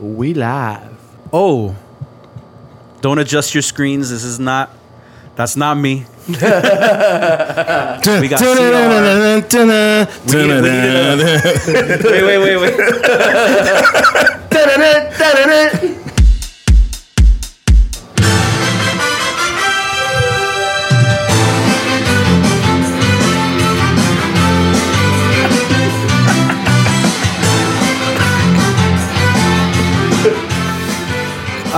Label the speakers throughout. Speaker 1: We live.
Speaker 2: Oh, don't adjust your screens. This is not. That's not me. we got CR. We need- we need another- wait, wait, wait, wait.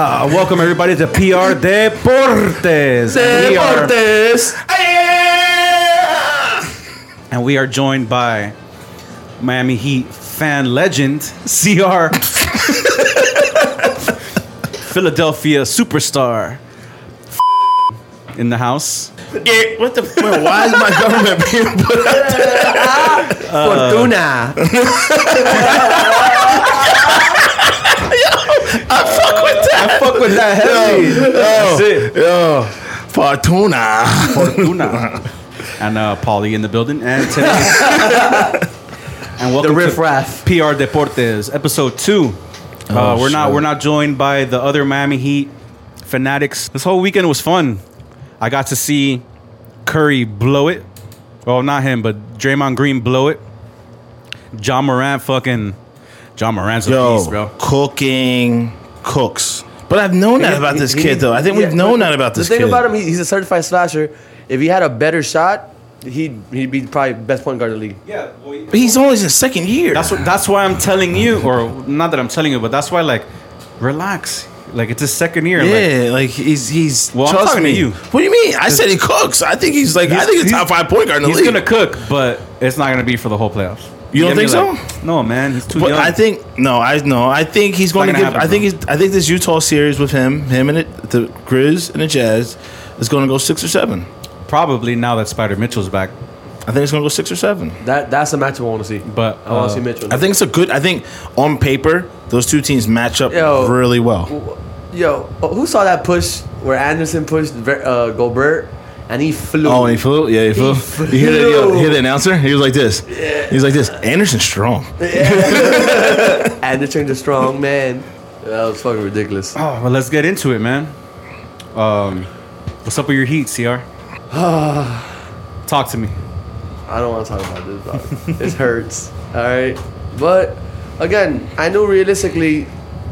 Speaker 2: Uh, welcome everybody to PR Deportes. We are- and we are joined by Miami Heat fan legend CR, Philadelphia superstar in the house.
Speaker 3: What the? Wait, why is my government being put out?
Speaker 1: Fortuna.
Speaker 2: I fuck with that heavy. That's it.
Speaker 3: Yo, Fortuna.
Speaker 2: Una. And uh, Paulie in the building. And today. and welcome
Speaker 1: The riff
Speaker 2: to
Speaker 1: raff.
Speaker 2: PR Deportes, episode two. Uh,
Speaker 1: Oh,
Speaker 2: we're not we're not joined by the other Miami Heat fanatics. This whole weekend was fun. I got to see Curry blow it. Well, not him, but Draymond Green blow it. John Morant fucking John Morant's a
Speaker 3: Yo,
Speaker 2: beast, bro.
Speaker 3: cooking cooks. But I've known that about this
Speaker 1: He-
Speaker 3: kid, though. I think
Speaker 1: yeah,
Speaker 3: we've known
Speaker 1: but
Speaker 3: that about this
Speaker 1: The thing
Speaker 3: kid.
Speaker 1: about him, he- he's a certified slasher. If he had a better shot, he'd he'd be probably best point guard in the league.
Speaker 2: Yeah, well,
Speaker 3: but he's only in his second year.
Speaker 2: That's what, that's why I'm telling you, or not that I'm telling you, but that's why like, relax. Like it's his second year. Like,
Speaker 3: yeah, like he's he's.
Speaker 2: Well, I'm
Speaker 3: trust
Speaker 2: talking to
Speaker 3: me.
Speaker 2: you.
Speaker 3: What do you mean? I said he cooks. I think he's like. I
Speaker 2: He's-
Speaker 3: think he's
Speaker 2: he's-
Speaker 3: top five point guard in the
Speaker 2: he's
Speaker 3: league.
Speaker 2: gonna cook, but it's not gonna be for the whole playoffs.
Speaker 3: You don't
Speaker 2: get
Speaker 3: think
Speaker 2: me? Like, no, man. He's too
Speaker 3: But
Speaker 2: young.
Speaker 3: I think no, I no, I think he's going to
Speaker 2: not
Speaker 3: give.
Speaker 2: gonna happen,
Speaker 3: I think
Speaker 2: bro.
Speaker 3: he's, I think this Utah series with him, him and it, the Grizz and the Jazz is going to go six or seven.
Speaker 2: probably now that Spider Mitchell's back,
Speaker 3: I think it's going to go six or seven.
Speaker 1: That that's a matchup I want to see.
Speaker 2: but
Speaker 1: I want to
Speaker 2: uh,
Speaker 1: see Mitchell.
Speaker 3: Oh, I think it's a good. I think on paper those two teams match up
Speaker 1: Yo.
Speaker 3: really well.
Speaker 1: Yo, who saw that push where Anderson pushed Ver- uh, Gobert and he flew?
Speaker 3: Oh, he flew. Yeah, he flew.
Speaker 1: He
Speaker 3: You hear the,
Speaker 1: flew.
Speaker 3: you hear the announcer? He was like this. Yeah. He's like this. Anderson's strong.
Speaker 1: Anderson, the strong man. That was fucking ridiculous.
Speaker 2: oh, well, let's get into it, man. Um, what's up with your heat, Cr? Talk to me.
Speaker 1: I don't want to talk about this, dog. this hurts. All right, but again, I knew realistically,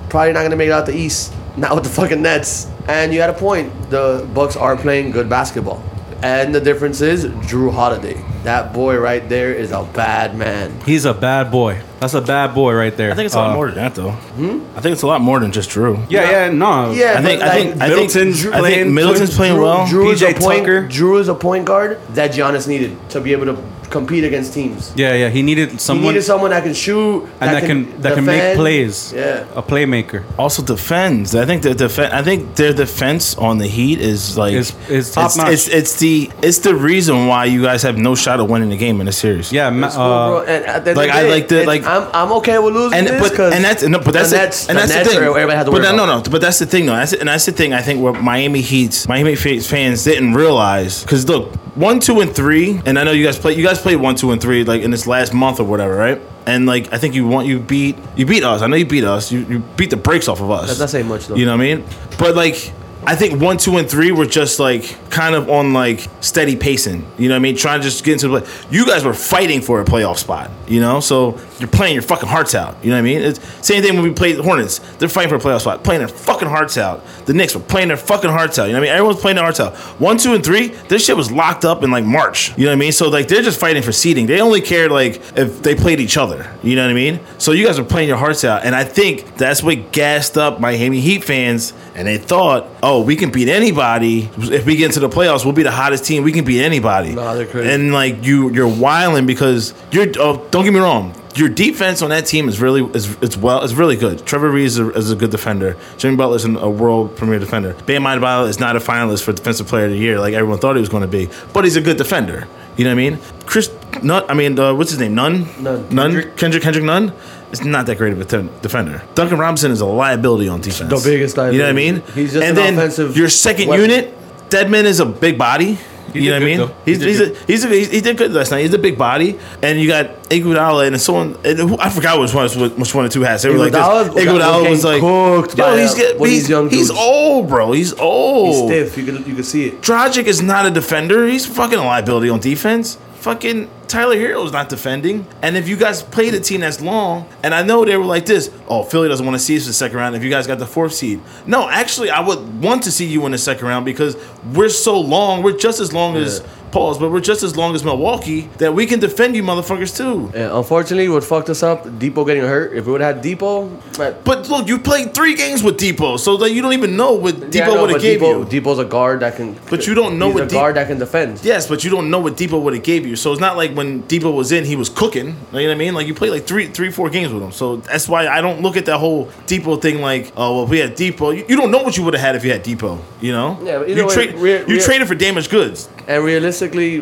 Speaker 1: probably not gonna make it out the East. Not with the fucking Nets. And you had a point. The Bucks are playing good basketball, and the difference is Drew Holiday. That boy right there is a bad man.
Speaker 2: He's a bad boy. That's a bad boy right there. Uh,
Speaker 3: I think it's a lot more than that, though. I think it's a lot more than just Drew.
Speaker 2: Yeah, yeah, no.
Speaker 1: Yeah,
Speaker 3: I think.
Speaker 1: but
Speaker 3: I
Speaker 1: like,
Speaker 3: think. I think,
Speaker 2: Middleton's
Speaker 3: I think
Speaker 2: playing-
Speaker 3: Middleton's playing
Speaker 1: Drew,
Speaker 3: well.
Speaker 1: Drew is a
Speaker 2: PJ
Speaker 1: point.
Speaker 2: Tucker.
Speaker 1: Drew is a point guard that Giannis needed to be able to compete against teams.
Speaker 2: yeah, yeah. He needed
Speaker 1: He
Speaker 2: someone
Speaker 1: needed someone that can shoot
Speaker 2: and that can that can make
Speaker 1: defend.
Speaker 2: plays.
Speaker 1: Yeah.
Speaker 3: Uh,
Speaker 2: a playmaker.
Speaker 3: also defends. I think the defense. I think their defense on the Heat is like
Speaker 2: Is- is top
Speaker 3: it's,
Speaker 2: notch.
Speaker 3: It's, it's the it's the reason why you guys have no shot at winning the game in the series.
Speaker 2: Yeah, ma-
Speaker 1: It's cool, bro.
Speaker 2: uh,
Speaker 1: And at the end
Speaker 3: like,
Speaker 1: of the
Speaker 3: I
Speaker 1: day,
Speaker 3: like the-
Speaker 1: it's-
Speaker 3: like-
Speaker 1: I'm I'm okay with losing
Speaker 3: And
Speaker 1: this
Speaker 3: but
Speaker 1: 'cause
Speaker 3: and that's no, but that's
Speaker 1: the
Speaker 3: it.
Speaker 1: Nets,
Speaker 3: and
Speaker 1: the
Speaker 3: that's the
Speaker 1: Nets
Speaker 3: thing.
Speaker 1: are- Everybody had to
Speaker 3: but
Speaker 1: worry
Speaker 3: that-
Speaker 1: about.
Speaker 3: no, no, but that's the thing though. That's, and that's the thing. I think what Miami Heat's Miami fa- fans didn't realize because look, one, two, and three, and I know you guys play. You guys played one, two, and three like in this last month or whatever, right? And like I think you want you beat you beat us. I know you beat us. You, you beat the brakes off of us.
Speaker 1: That- that ain't much, though.
Speaker 3: You know what I mean? But like. I think one, two, and three were just like kind of on like steady pacing. You know what I mean? Trying to just get into the play. You guys were fighting for a playoff spot. You know, so you're playing your fucking hearts out. You know what I mean? It's same thing when we played the Hornets. They're fighting for a playoff spot, playing their fucking hearts out. The Knicks were playing their fucking hearts out. You know what I mean? Everyone's playing their hearts out. One, two, and three. This shit was locked up in like March. You know what I mean? So like they're just fighting for seeding. They only cared like if they played each other. You know what I mean? So you guys are playing your hearts out, uh, and I think that's what gassed up Miami Heat fans, and they thought, oh, we can beat anybody if we get into the playoffs. We'll be the hottest team. We can beat anybody.
Speaker 1: Nah, they're crazy.
Speaker 3: And like you, you're wilding because you're. Oh, don't get me wrong. Your defense on that team is really is it's well it's really good. Trevor Reeves is a, is a good defender. Jimmy Butler is an- a world premier defender. Bam Adebayo is not a finalist for defensive player of the year like everyone thought he was going to be, but he's a good defender. You know what I mean? Chris Nunn, I mean uh, what's his name? Nunn.
Speaker 1: Nunn.
Speaker 3: Nunn. Kendrick. Kendrick. Nunn. It's not that great of a ten- defender. Duncan Robinson is a liability on defense.
Speaker 1: The biggest
Speaker 3: You know what I
Speaker 1: liability.
Speaker 3: mean?
Speaker 1: He's just an
Speaker 3: and then
Speaker 1: offensive
Speaker 3: your second
Speaker 1: weapon.
Speaker 3: unit. Deadman is a big body. you know
Speaker 2: did
Speaker 3: what I mean?
Speaker 2: good, though.
Speaker 3: He's
Speaker 2: He
Speaker 3: he's
Speaker 2: did
Speaker 3: a, he's, a, he's he did good last night. He's a big body, and you got Iguodala and someone. And who, I forgot which one which one of the two hats. They were like this.
Speaker 1: Iguodala- was
Speaker 3: Iguodala
Speaker 1: getting
Speaker 3: was like
Speaker 1: cooked by,
Speaker 3: Yo, he's,
Speaker 1: uh,
Speaker 3: get-
Speaker 1: one of
Speaker 3: he's,
Speaker 1: these young
Speaker 3: he's
Speaker 1: dudes.
Speaker 3: old, bro. He's old.
Speaker 1: He's stiff. You could you could see it.
Speaker 3: Dragic is not a defender. He's fucking a liability on defense. Fucking Tyler Hero's not defending. And if you guys played a team that's long, and I know they were like this, oh, Philly doesn't want to see us in the second round if you guys got the fourth seed. No, actually, I would want to see you in the second round because we're so long. We're just as long as Paul's, but we're just as long as Milwaukee that we can defend you motherfuckers too.
Speaker 1: Yeah, unfortunately, what fucked us up, Depot getting hurt. If we would have had Depot, but
Speaker 3: But look, you played three games with Depot, so that you don't even know what Depot
Speaker 1: Yeah, I know,
Speaker 3: would have
Speaker 1: but
Speaker 3: gave
Speaker 1: Depot,
Speaker 3: you.
Speaker 1: Depot's a guard that can.
Speaker 3: But you don't know
Speaker 1: he's
Speaker 3: what
Speaker 1: a
Speaker 3: Dep-
Speaker 1: guard that can defend.
Speaker 3: Yes, but you don't know what Depot would have gave you. So it's not like when Depot was in, he was cooking. You know what I mean? Like you played like three, three, four games with him. So that's why I don't look at that whole Depot thing like, oh well, if we had Depot. You, you don't know what you would have had if you had Depot. You know?
Speaker 1: Yeah, but either
Speaker 3: you
Speaker 1: way,
Speaker 3: trade
Speaker 1: we're-
Speaker 3: you
Speaker 1: we're-
Speaker 3: traded for damaged goods.
Speaker 1: And realistically,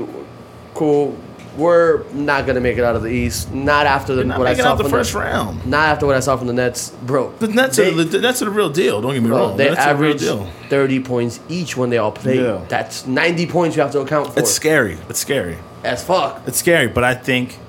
Speaker 1: cool, we're not gonna make it out of the East. Not after the,
Speaker 3: Not
Speaker 1: what I
Speaker 3: making
Speaker 1: saw
Speaker 3: out the
Speaker 1: from
Speaker 3: first
Speaker 1: the,
Speaker 3: round.
Speaker 1: Not after what I saw from the Nets, bro.
Speaker 3: The Nets
Speaker 1: they,
Speaker 3: are the, the Nets are the real deal. Don't get me
Speaker 1: bro,
Speaker 3: wrong.
Speaker 1: they
Speaker 3: That's
Speaker 1: average
Speaker 3: the real deal.
Speaker 1: thirty points each when they all play.
Speaker 3: Yeah.
Speaker 1: That's ninety points you have to account for.
Speaker 3: It's scary. It's scary.
Speaker 1: as fuck.
Speaker 3: It's scary, but I think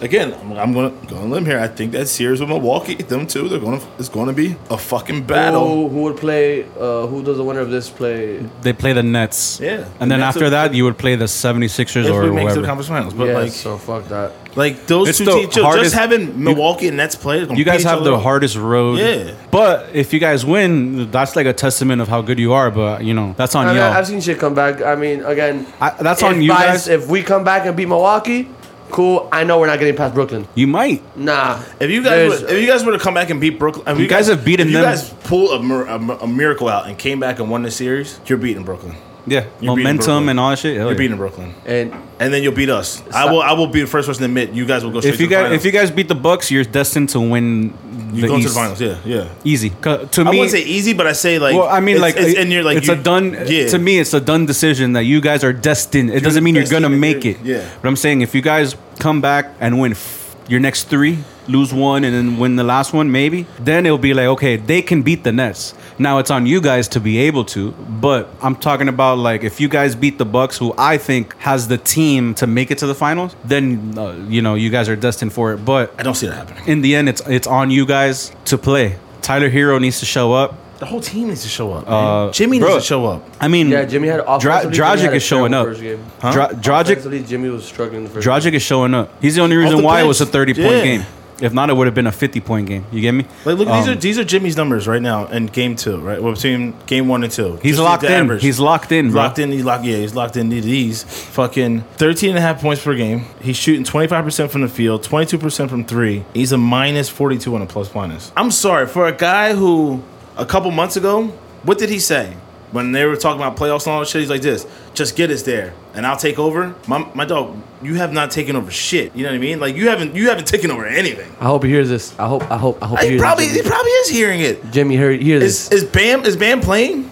Speaker 3: again, I'm, I'm gonna go on a limb here. I think that series with Milwaukee, them two, they're gonna it's gonna be a fucking battle.
Speaker 1: Who, who would play? Uh, who does the winner of this play?
Speaker 2: They play the Nets.
Speaker 3: Yeah.
Speaker 2: And then
Speaker 3: Nets
Speaker 2: after
Speaker 3: are-
Speaker 2: that, you would play the 76ers
Speaker 3: if
Speaker 2: or
Speaker 3: we make it to
Speaker 2: whoever.
Speaker 3: the conference finals. But
Speaker 1: yeah,
Speaker 3: like,
Speaker 1: so fuck that.
Speaker 3: like those
Speaker 2: It's
Speaker 3: two
Speaker 2: the
Speaker 3: teams, just-
Speaker 2: hardest-
Speaker 3: just having Milwaukee and Nets play.
Speaker 2: you guys have the hardest road.
Speaker 3: Yeah.
Speaker 2: But if you guys win, that's like a testament of how good you are. But, you know, that's on
Speaker 1: I mean,
Speaker 2: y'all.
Speaker 1: I've seen shit come back. I mean, again,
Speaker 2: I- that's
Speaker 1: if
Speaker 2: on you guys.
Speaker 1: If we come back and beat Milwaukee, cool. I know we're not getting past Brooklyn.
Speaker 2: you might.
Speaker 1: Nah.
Speaker 3: If you guys,
Speaker 1: There's-
Speaker 3: would, if you guys were to come back and beat Brooklyn, if
Speaker 2: You guys have beaten
Speaker 3: if
Speaker 2: them-
Speaker 3: You guys pull a, mir- a, mi- a miracle out and came back and won the series. You're beating Brooklyn.
Speaker 2: Yeah.
Speaker 3: You're beating
Speaker 2: Momentum
Speaker 3: Brooklyn.
Speaker 2: and all that shit. hell
Speaker 3: You're
Speaker 2: yeah.
Speaker 3: beating Brooklyn,
Speaker 1: and
Speaker 3: and then you'll beat us. I will. I will be the first person to admit. You guys will go straight
Speaker 2: if you
Speaker 3: to the
Speaker 2: guys
Speaker 3: finals.
Speaker 2: if you guys beat the Bucks, you're destined to win the
Speaker 3: you go to
Speaker 2: East.
Speaker 3: the finals, yeah, yeah.
Speaker 2: Easy. 'Cause To
Speaker 3: I
Speaker 2: me,
Speaker 3: wouldn't say easy, but I say like.
Speaker 2: well, I mean,
Speaker 3: it's-
Speaker 2: like,
Speaker 3: it's,
Speaker 2: it-
Speaker 3: and you're like,
Speaker 2: it's
Speaker 3: you-
Speaker 2: a done. To me, it's a done decision that you guys are destined. It doesn't mean you're gonna
Speaker 3: destined,
Speaker 2: make it.
Speaker 3: yeah.
Speaker 2: But I'm saying if you guys come back and win f- your next three, lose one, and then win the last one, maybe then it'll be like, okay, they can beat the Nets. Now it's on you guys to be able to. But I'm talking about like if you guys beat the Bucks, who I think has the team to make it to the finals, then uh, you know you guys are destined for it. But
Speaker 3: I don't see that happening.
Speaker 2: in the end, it's it's on you guys to play. Tyler Hero needs to show up.
Speaker 3: The whole team needs to show up. man. Jimmy
Speaker 2: bro.
Speaker 3: needs to show up.
Speaker 2: I mean,
Speaker 1: yeah, Jimmy had
Speaker 2: Dra-
Speaker 1: offensively, Jimmy
Speaker 2: Dragic
Speaker 1: had a
Speaker 2: is showing
Speaker 1: terrible
Speaker 2: up.
Speaker 1: first game.
Speaker 2: Dra- Dragic,
Speaker 1: Offensively, Jimmy was struggling in the first.
Speaker 2: Dragic is showing up. He's the only
Speaker 3: Off
Speaker 2: reason
Speaker 3: the
Speaker 2: why it
Speaker 3: bench.
Speaker 2: was a thirty-point
Speaker 3: Yeah.
Speaker 2: game. If not, it would have been a fifty-point game. You get me?
Speaker 3: Like look, these
Speaker 2: Um,
Speaker 3: are these are Jimmy's numbers right now in game two, right? Well, between game one and two.
Speaker 2: He's
Speaker 3: Just
Speaker 2: locked
Speaker 3: the
Speaker 2: in.
Speaker 3: average.
Speaker 2: He's locked in. Bro.
Speaker 3: locked in. He's locked. Yeah, he's locked in. to These fucking 13 and a half points per game. He's shooting 25% from the field, 22% from three. He's a minus 42 on a plus minus. I'm sorry for a guy who a couple months ago, what did he say? When they were talking about playoffs and all that shit, he's like this: "Just get us there, and I'll take over." My, my dog, you have not taken over shit. You know what I mean? Like you haven't you haven't taken over anything.
Speaker 1: I hope he hears this. I hope. I hope. I hope he
Speaker 3: He
Speaker 1: hears
Speaker 3: probably he
Speaker 1: this.
Speaker 3: probably is hearing it.
Speaker 1: Jimmy, Jimmy hear, hear
Speaker 3: Is
Speaker 1: this.
Speaker 3: is Bam is Bam playing?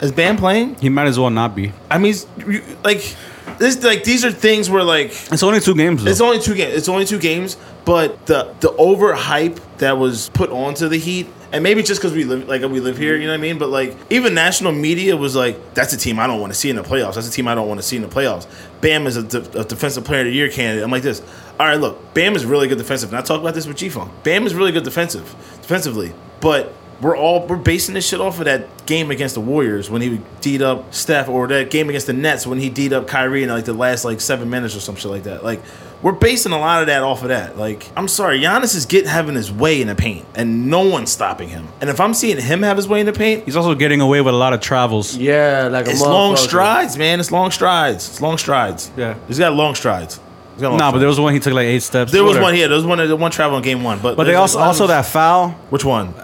Speaker 3: Is Bam playing?
Speaker 2: He might as well not be.
Speaker 3: I mean, you, like this, like these are things where like
Speaker 2: It's only two games. Though.
Speaker 3: it's only two games. It's only two games, but the the overhype that was put onto the Heat, and maybe just because we live like we live here, you know what I mean. But like even national media was like, "That's a team I don't want to see in the playoffs. That's a team I don't want to see in the playoffs." Bam is a, de- a defensive player of the year candidate. I'm like this. All right, look, Bam is really good defensive, and I talk about this with G Funk. Bam is really good defensive, defensively, but we're all we're basing this shit off of that game against the Warriors when he deed up Steph, or that game against the Nets when he deed up Kyrie in like the last like seven minutes or some shit like that. Like we're basing a lot of that off of that. Like I'm sorry, Giannis is get having his way in the paint, and no one's stopping him. And if I'm seeing him have his way in the paint,
Speaker 2: He's also getting away with a lot of travels.
Speaker 1: yeah, like a
Speaker 3: it's long
Speaker 1: motherfucker.
Speaker 3: strides, man. It's long strides. It's long strides.
Speaker 2: Yeah.
Speaker 3: he's got long strides. He's got long
Speaker 2: Nah, but there
Speaker 3: strides.
Speaker 2: was one he took like eight steps.
Speaker 3: there was
Speaker 2: Whatever.
Speaker 3: one here. There was one. There was one travel in game one, but
Speaker 2: But they
Speaker 3: there's
Speaker 2: also
Speaker 3: a lot of-
Speaker 2: also that foul.
Speaker 3: which one?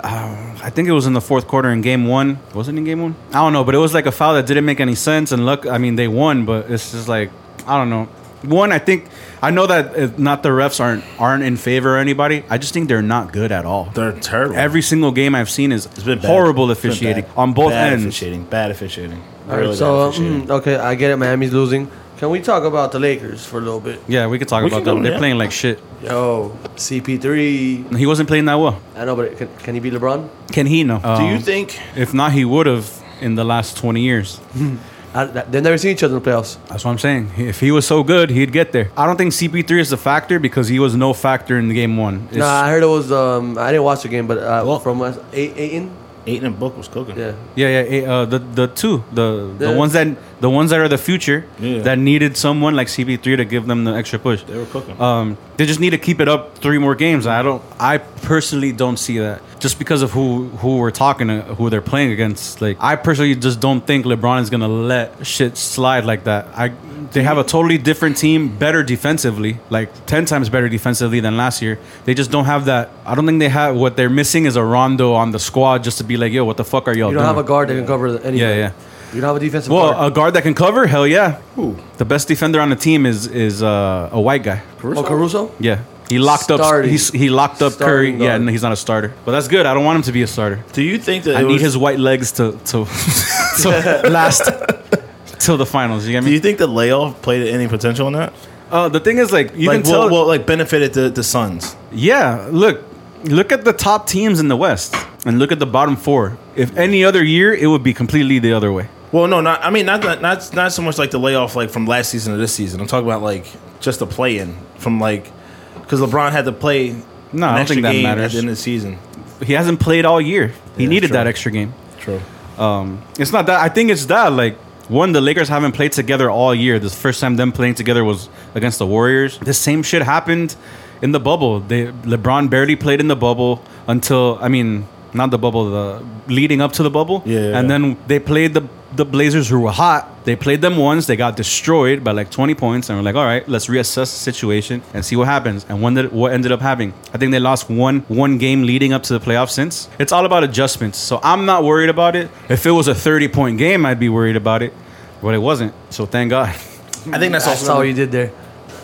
Speaker 2: I think it was in the fourth quarter in game one. Was it in game one? I don't know, but it was like a foul that didn't make any sense. And look, I mean, they won, but it's just like I don't know. One, I think I know that uh, not the refs aren't aren't in favor of anybody. I just think they're not good at all.
Speaker 3: They're terrible.
Speaker 2: Every single game I've seen is
Speaker 3: It's been bad.
Speaker 2: horrible
Speaker 3: It's been
Speaker 2: officiating
Speaker 3: bad.
Speaker 2: on both
Speaker 3: Bad
Speaker 2: ends.
Speaker 3: Officiating, bad officiating.
Speaker 1: All right,
Speaker 3: Really
Speaker 1: so
Speaker 3: bad
Speaker 1: uh,
Speaker 3: officiating.
Speaker 1: mm, okay, I get it. Miami's losing. Can we talk about the Lakers for a little bit?
Speaker 2: Yeah, we could talk
Speaker 3: We
Speaker 2: about
Speaker 3: can go,
Speaker 2: them. They're
Speaker 3: yeah.
Speaker 2: playing like shit.
Speaker 1: Yo, CP3.
Speaker 2: He wasn't playing that well. Um,
Speaker 1: I know, but can, can he beat LeBron?
Speaker 2: Can he? No.
Speaker 1: um,
Speaker 3: Do you think?
Speaker 2: if not, he would have in the last twenty years.
Speaker 1: I, they've never seen each other in the playoffs.
Speaker 2: That's what I'm saying. If he was so good, he'd get there. I don't think CP3 is the factor because he was no factor in the game one. It's-
Speaker 1: Nah, I heard it was. Um, I didn't watch the game, but uh,
Speaker 2: Well-
Speaker 1: from us, eight, eight in.
Speaker 3: Aiden and Book was cooking.
Speaker 1: Yeah.
Speaker 2: Yeah, yeah. eh, Uh, the the two, the the
Speaker 1: Yeah.
Speaker 2: ones that the ones that are the future
Speaker 3: Yeah.
Speaker 2: that needed someone like CP3 to give them the extra push.
Speaker 3: They were cooking.
Speaker 2: Um, they just need to keep it up three more games. I don't. I personally don't see that just because of who who we're talking to, who they're playing against. Like I personally just don't think LeBron is gonna let shit slide like that. I they have a totally different team, better defensively, like ten times better defensively than last year. They just don't have that. I don't think they have what they're missing is a Rondo on the squad just to be like, yo, what the fuck are y'all?
Speaker 1: You don't have
Speaker 2: doing?
Speaker 1: a guard that can cover anything.
Speaker 2: Yeah, yeah.
Speaker 1: You don't have a defensive
Speaker 2: Well,
Speaker 1: guard.
Speaker 2: a guard that can cover, hell yeah.
Speaker 3: Who?
Speaker 2: The best defender on the team is is uh, a white guy.
Speaker 1: Oh, Caruso.
Speaker 2: Yeah, he locked up.
Speaker 1: Starting.
Speaker 2: He's, he locked up Curry.
Speaker 1: Starting
Speaker 2: Yeah,
Speaker 1: guard.
Speaker 2: no, he's not a starter, but that's good. I don't want him to be a starter.
Speaker 3: Do you think that
Speaker 2: I
Speaker 3: it
Speaker 2: need
Speaker 3: was-
Speaker 2: his white legs to to, to last till the finals. You get
Speaker 3: Do
Speaker 2: me?
Speaker 3: you think the layoff played any potential in that?
Speaker 2: Uh, the thing is, like you
Speaker 3: like,
Speaker 2: can tell.
Speaker 3: well, well, like benefited the, the Suns.
Speaker 2: yeah, look, look at the top teams in the West, and look at the bottom four. If any other year, it would be completely the other way.
Speaker 3: Well, no, not. I mean, not not not, not so much like the layoff like from last season to this season. I'm talking about like just the play in from like because LeBron had to play.
Speaker 2: No, I don't think that matters.
Speaker 3: At the end of the season,
Speaker 2: He hasn't played all year. He
Speaker 3: Yeah,
Speaker 2: needed
Speaker 3: true.
Speaker 2: that extra game.
Speaker 3: true.
Speaker 2: Um, it's not that. I think it's that. Like one, the Lakers haven't played together all year. The first time them playing together was against the Warriors. The same shit happened in the bubble. They LeBron barely played in the bubble until I mean, not the bubble, the leading up to the bubble.
Speaker 3: Yeah.
Speaker 2: And then they played the the Blazers who were hot. They played them once. They got destroyed by like 20 points, and we're like, all right, let's reassess the situation and see what happens. And when did, what ended up happening? I think they lost one one game leading up to the playoffs. Since it's all about adjustments, so I'm not worried about it. If it was a 30 point game, I'd be worried about it, but it wasn't. So thank God.
Speaker 3: I think that's,
Speaker 1: I
Speaker 3: also.
Speaker 1: saw what you did there.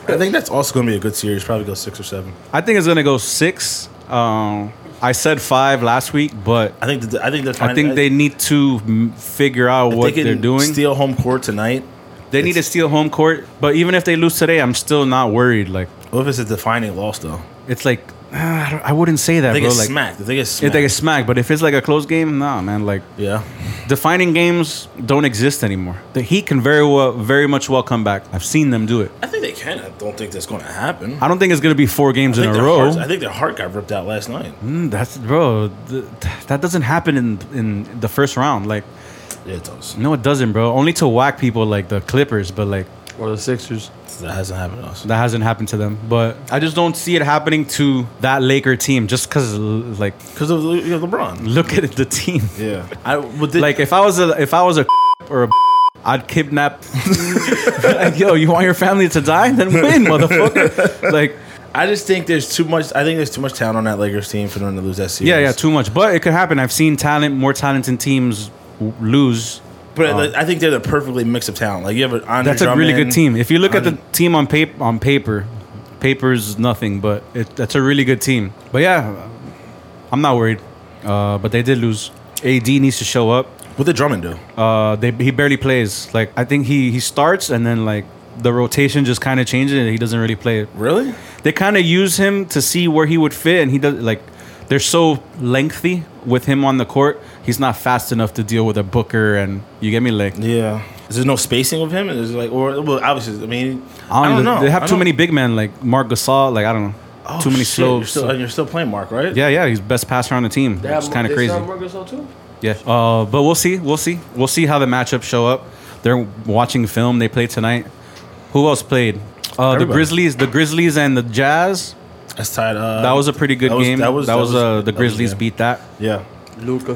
Speaker 3: I think that's also going to be a good series. Probably go six or seven.
Speaker 2: I think it's gonna go six. Um, I said five last week, but
Speaker 3: I think. That, I think that's.
Speaker 2: I think they need to mm, figure out what they are doing.
Speaker 3: Steal home court tonight.
Speaker 2: They need to steal home court, but even if they lose today, I'm still not worried. Like
Speaker 3: What if it's a defining loss though?
Speaker 2: it's like ah, I don't- I wouldn't say that,
Speaker 3: I think
Speaker 2: bro.
Speaker 3: it's
Speaker 2: Like
Speaker 3: smacked. I think it's
Speaker 2: if
Speaker 3: smacked.
Speaker 2: they get smacked, but if it's like a close game, nah, man. Like
Speaker 3: yeah.
Speaker 2: defining games don't exist anymore. The Heat can very well, very much well come back. I've seen them do it.
Speaker 3: I think they can. I don't think that's going to happen.
Speaker 2: I don't think it's gonna be four games
Speaker 3: I
Speaker 2: in
Speaker 3: think
Speaker 2: a
Speaker 3: their
Speaker 2: row.
Speaker 3: hearts- I think their heart got ripped out last night.
Speaker 2: Mm, that's bro. th- that doesn't happen in in the first round. Like Mm-hmm.
Speaker 3: Yeah, it does.
Speaker 2: no, it doesn't, bro. Only to whack people like the Clippers, but like
Speaker 1: Or the Sixers.
Speaker 3: That hasn't happened to us.
Speaker 2: That hasn't happened to them, but I just don't see it happening to that Laker team. Just because, like,
Speaker 3: Because of Le- you know, LeBron.
Speaker 2: look at the team.
Speaker 3: Yeah. I would
Speaker 2: Like, if I was a if I was a or a I'd kidnap. like, yo, you want your family to die? Then win, motherfucker. Like,
Speaker 3: I just think there's too much. I think there's too much talent on that Lakers team for them to lose that series.
Speaker 2: yeah, yeah, too much. But it could happen. I've seen talent, more talented teams w- lose.
Speaker 3: but like, I think they're the perfectly mix of talent. Like you have an Andre
Speaker 2: That's a really
Speaker 3: Drummond.
Speaker 2: good team. If you look at the
Speaker 3: Hundred-
Speaker 2: team on paper, on paper, paper's nothing, but it, that's a really good team. But yeah, I'm not worried. Uh, but they did lose. AD needs to show up.
Speaker 3: What did Drummond do?
Speaker 2: Uh, they he barely plays. Like I think he he starts and then like the rotation just kind of changes and he doesn't really play it.
Speaker 3: Really?
Speaker 2: They kind of use him to see where he would fit and he does like they're so lengthy with him on the court. He's not fast enough to deal with a Booker and you get me like
Speaker 3: Yeah. Is there no spacing of him? And there's like, or well, obviously, I mean, I don't,
Speaker 2: even-
Speaker 3: know.
Speaker 2: They have
Speaker 3: I
Speaker 2: too
Speaker 3: don't-
Speaker 2: many big men like Mark Gasol. Like I don't know,
Speaker 3: Oh,
Speaker 2: too many
Speaker 3: shit.
Speaker 2: slow.
Speaker 3: You're still, and you're still playing Mark, right?
Speaker 2: yeah, yeah, he's best passer on the team.
Speaker 1: They have-
Speaker 2: It's kind of
Speaker 1: they
Speaker 2: crazy.
Speaker 1: still have Marc Gasol, too?
Speaker 2: Yeah, uh, but we'll see. We'll see. We'll see how the matchup show up. They're watching film. They play tonight. Who else played? Uh, the
Speaker 3: Everybody.
Speaker 2: Grizzlies. The Grizzlies and the Jazz.
Speaker 3: That's tied. Uh,
Speaker 2: That was a pretty good
Speaker 3: that was-
Speaker 2: game.
Speaker 3: that was- that was-
Speaker 2: uh, the
Speaker 3: that was
Speaker 2: Grizzlies
Speaker 3: good.
Speaker 2: beat that.
Speaker 3: Yeah.
Speaker 1: Luca.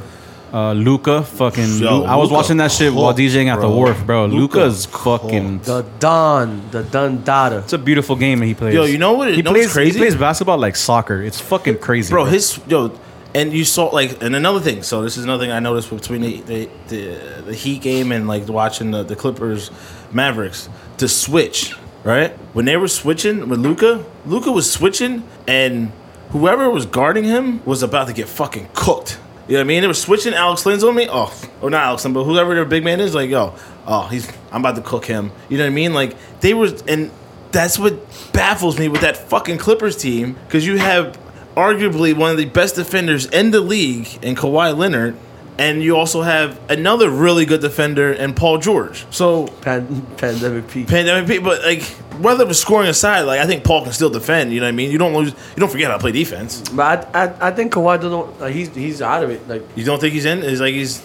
Speaker 2: Uh, Luca, fucking.
Speaker 3: Yo,
Speaker 2: Lu- I was
Speaker 3: Luka
Speaker 2: watching that shit while
Speaker 3: cooked,
Speaker 2: DJing at the
Speaker 3: bro.
Speaker 2: wharf, bro.
Speaker 3: Luka
Speaker 2: Luca's fucking.
Speaker 1: The Don. The Don Dada.
Speaker 2: It's a beautiful game he plays.
Speaker 3: Yo, you know what it-
Speaker 2: He
Speaker 3: you know what's
Speaker 2: plays.
Speaker 3: crazy?
Speaker 2: He plays basketball like soccer. It's fucking crazy,
Speaker 3: bro. His yo, and you saw like, and another thing. So this is another thing I noticed between the the, the, the Heat game and like watching the, the Clippers, Mavericks to switch right when they were switching with Luca. Luca was switching, and whoever was guarding him was about to get fucking cooked. You know what I mean? They were switching Alex Lynn's on me. Oh, or not Alex Lynn, but whoever their big man is, like, yo, oh, he's I'm about to cook him. You know what I mean? Like they were, and that's what baffles me with that fucking Clippers team because you have arguably one of the best defenders in the league in Kawhi Leonard, and you also have another really good defender in Paul George. So
Speaker 1: Pan- pandemic peak.
Speaker 3: pandemic, pe- but like whether it was scoring aside, like I think Paul can still defend. You know what I mean? You don't lose. You don't forget how to play defense.
Speaker 1: but I, I, I think Kawhi doesn't. Like, he's he's out of it. Like
Speaker 3: You don't think he's in? Is like he's.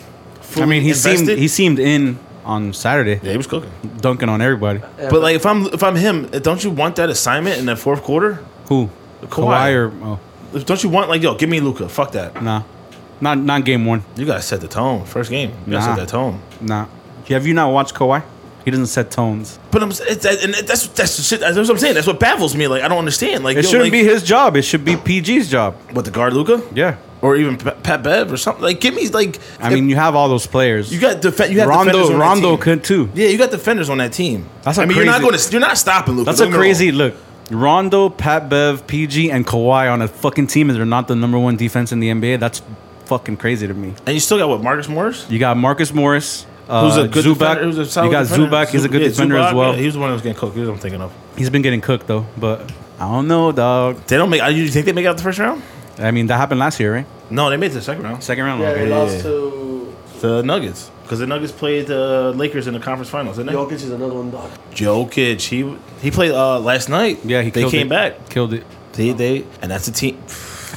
Speaker 2: I mean, he seemed
Speaker 3: invested?
Speaker 2: he seemed in on Saturday,
Speaker 3: Yeah, he was cooking.
Speaker 2: dunking on everybody.
Speaker 3: But like if I'm if I'm him, don't you want that assignment in the fourth quarter?
Speaker 2: Who? Kawhi,
Speaker 3: Kawhi.
Speaker 2: or oh,
Speaker 3: Don't you want like yo, give me Luca? Fuck that.
Speaker 2: nah, not not game one.
Speaker 3: You gotta set the tone. First game, you gotta
Speaker 2: Nah.
Speaker 3: set that tone.
Speaker 2: Nah. Have you not watched Kawhi? He doesn't set tones.
Speaker 3: But I'm it's, and that's that's the shit. That's what I'm saying. That's what baffles me. Like I don't understand. Like
Speaker 2: It
Speaker 3: yo,
Speaker 2: shouldn't
Speaker 3: like,
Speaker 2: be his job. It should be PG's job.
Speaker 3: what the guard Luca
Speaker 2: Yeah.
Speaker 3: or even Pe- Pat Bev or something. Like give me like
Speaker 2: I mean, you have all those players.
Speaker 3: you got def- you have defenders
Speaker 2: Rondo.
Speaker 3: on
Speaker 2: Rondo
Speaker 3: that team.
Speaker 2: could too.
Speaker 3: yeah, you got defenders on that team.
Speaker 2: That's
Speaker 3: I
Speaker 2: a
Speaker 3: mean, you're not
Speaker 2: crazy-
Speaker 3: going to you're not stopping Luca.
Speaker 2: That's a crazy look. Rondo, Pat Bev, PG, and Kawhi on a fucking team, and they're not the number one defense in the NBA. That's fucking crazy to me.
Speaker 3: And you still got what Marcus Morris.
Speaker 2: You got Marcus Morris, uh,
Speaker 3: Who's a good
Speaker 2: Zubac.
Speaker 3: defender? Who's a solid
Speaker 2: you got
Speaker 3: defender.
Speaker 2: Zubac. He's a good
Speaker 3: Yeah,
Speaker 2: defender
Speaker 3: Zubac,
Speaker 2: as well.
Speaker 3: yeah, he was the one that was getting cooked. He was the one I'm thinking of.
Speaker 2: He's been getting cooked though, but I don't know, dog.
Speaker 3: They don't make. uh, You think they make out the first round?
Speaker 2: I mean, that happened last year, right?
Speaker 3: No, they made it to the second round.
Speaker 2: Second round.
Speaker 1: yeah,
Speaker 2: okay.
Speaker 1: they
Speaker 3: yeah.
Speaker 1: lost to
Speaker 3: The Nuggets, because the Nuggets played the Lakers in the conference finals, didn't they?
Speaker 1: Jokic is another one. Dog.
Speaker 3: Jokic, he he played uh, last night.
Speaker 2: Yeah, he
Speaker 3: they
Speaker 2: killed
Speaker 3: came
Speaker 2: it.
Speaker 3: back.
Speaker 2: Killed it.
Speaker 3: They they and that's a team.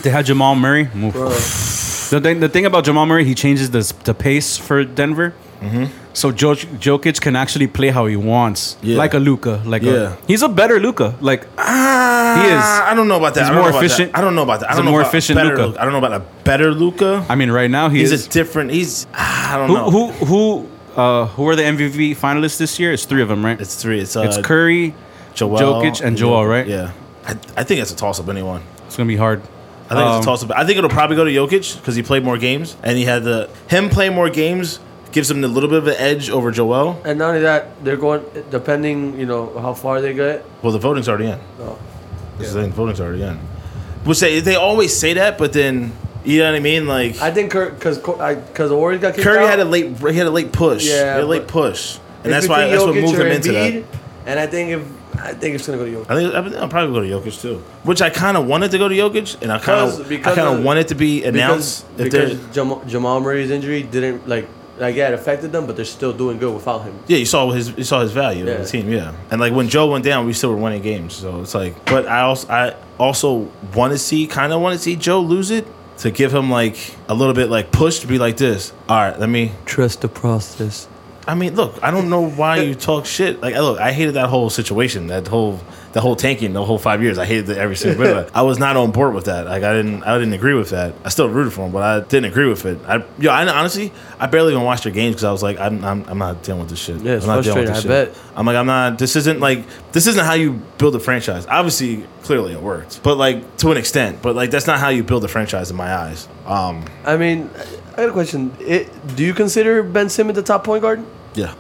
Speaker 2: They had Jamal Murray. Oof.
Speaker 1: Bro.
Speaker 2: The thing, the thing about Jamal Murray, he changes the, the pace for Denver.
Speaker 3: Mm-hmm.
Speaker 2: So jo- Jokic can actually play how he wants,
Speaker 3: Yeah.
Speaker 2: like a Luca. Like a-
Speaker 3: Yeah.
Speaker 2: he's a better Luca. Like
Speaker 3: Ah,
Speaker 2: He is.
Speaker 3: I don't know about that.
Speaker 2: He's
Speaker 3: I don't
Speaker 2: more
Speaker 3: know about that.
Speaker 2: efficient.
Speaker 3: I don't know about that. I
Speaker 2: He's a
Speaker 3: don't know
Speaker 2: more
Speaker 3: about
Speaker 2: efficient
Speaker 3: better
Speaker 2: Luka.
Speaker 3: I don't know about a better Luca.
Speaker 2: I mean, right now he
Speaker 3: He's
Speaker 2: is.
Speaker 3: a different. He's ah, I don't know.
Speaker 2: who who who uh, who are the MVP finalists this year? It's three of them, right? It's,
Speaker 3: It's three. It's uh,
Speaker 2: Curry,
Speaker 3: Joel,
Speaker 2: Jokic, and Joel, right?
Speaker 3: Yeah, I, I think it's a toss up. Anyone.
Speaker 2: It's gonna be hard.
Speaker 3: I think
Speaker 2: Um,
Speaker 3: it's a toss up. I think it'll probably go to Jokic because he played more games and he had the him playing more games gives him a little bit of an edge over Joel.
Speaker 1: And not only that, they're going depending, you know, how far they get.
Speaker 3: Well, the voting's already in.
Speaker 1: No.
Speaker 3: This is the thing, voting's already in. Which they they always say that, but then you know what I mean. Like
Speaker 1: I think because because the Warriors got kicked
Speaker 3: Curry
Speaker 1: out.
Speaker 3: had a late he had a late push.
Speaker 1: Yeah,
Speaker 3: he had a late
Speaker 1: but-
Speaker 3: push, and
Speaker 1: it's
Speaker 3: that's why
Speaker 1: between
Speaker 3: that's what
Speaker 1: Jokic
Speaker 3: moved him
Speaker 1: or
Speaker 3: into that. Uh,
Speaker 1: Embiid, And I think if I think it's gonna go to Jokic.
Speaker 3: I think I think I'll probably go to Jokic too, which I kind of wanted to go to Jokic, and I kind
Speaker 1: Because-
Speaker 3: of I
Speaker 1: because
Speaker 3: kind of
Speaker 1: of-
Speaker 3: want it to be announced.
Speaker 1: because,
Speaker 3: if they're-
Speaker 1: because Jamal, Jamal Murray's injury didn't like like yeah, it affected them, but they're still doing good without him.
Speaker 3: Yeah, you saw his you saw his value in
Speaker 1: Yeah.
Speaker 3: the team, yeah. And like when Joe went down, we still were winning games. So it's like, but I also I also want to see kind of want to see Joe lose it to give him like a little bit like push to be like this. All right, let me.
Speaker 1: Trust the process.
Speaker 3: I mean, look, I don't know why you talk shit. Like, I- look, I hated that whole situation, that whole the whole tanking, the whole five years. I hated that every single bit of it. I was not on board with that. Like, I didn't I didn't agree with that. I still rooted for him, but I didn't agree with it. I yo, I honestly, I barely even watched their games because I was like, I'm, I'm I'm not dealing with this shit.
Speaker 1: Yeah, it's
Speaker 3: I'm not dealing
Speaker 1: frustrating,
Speaker 3: with
Speaker 1: I
Speaker 3: this shit.
Speaker 1: bet.
Speaker 3: I'm like, I'm not. This isn't like this isn't how you build a franchise. Obviously, clearly it worked, but like to an extent. But like that's not how you build a franchise in my eyes. Um,
Speaker 1: I mean, I got a question. It, do you consider Ben Simmons the top point guard?
Speaker 3: yeah,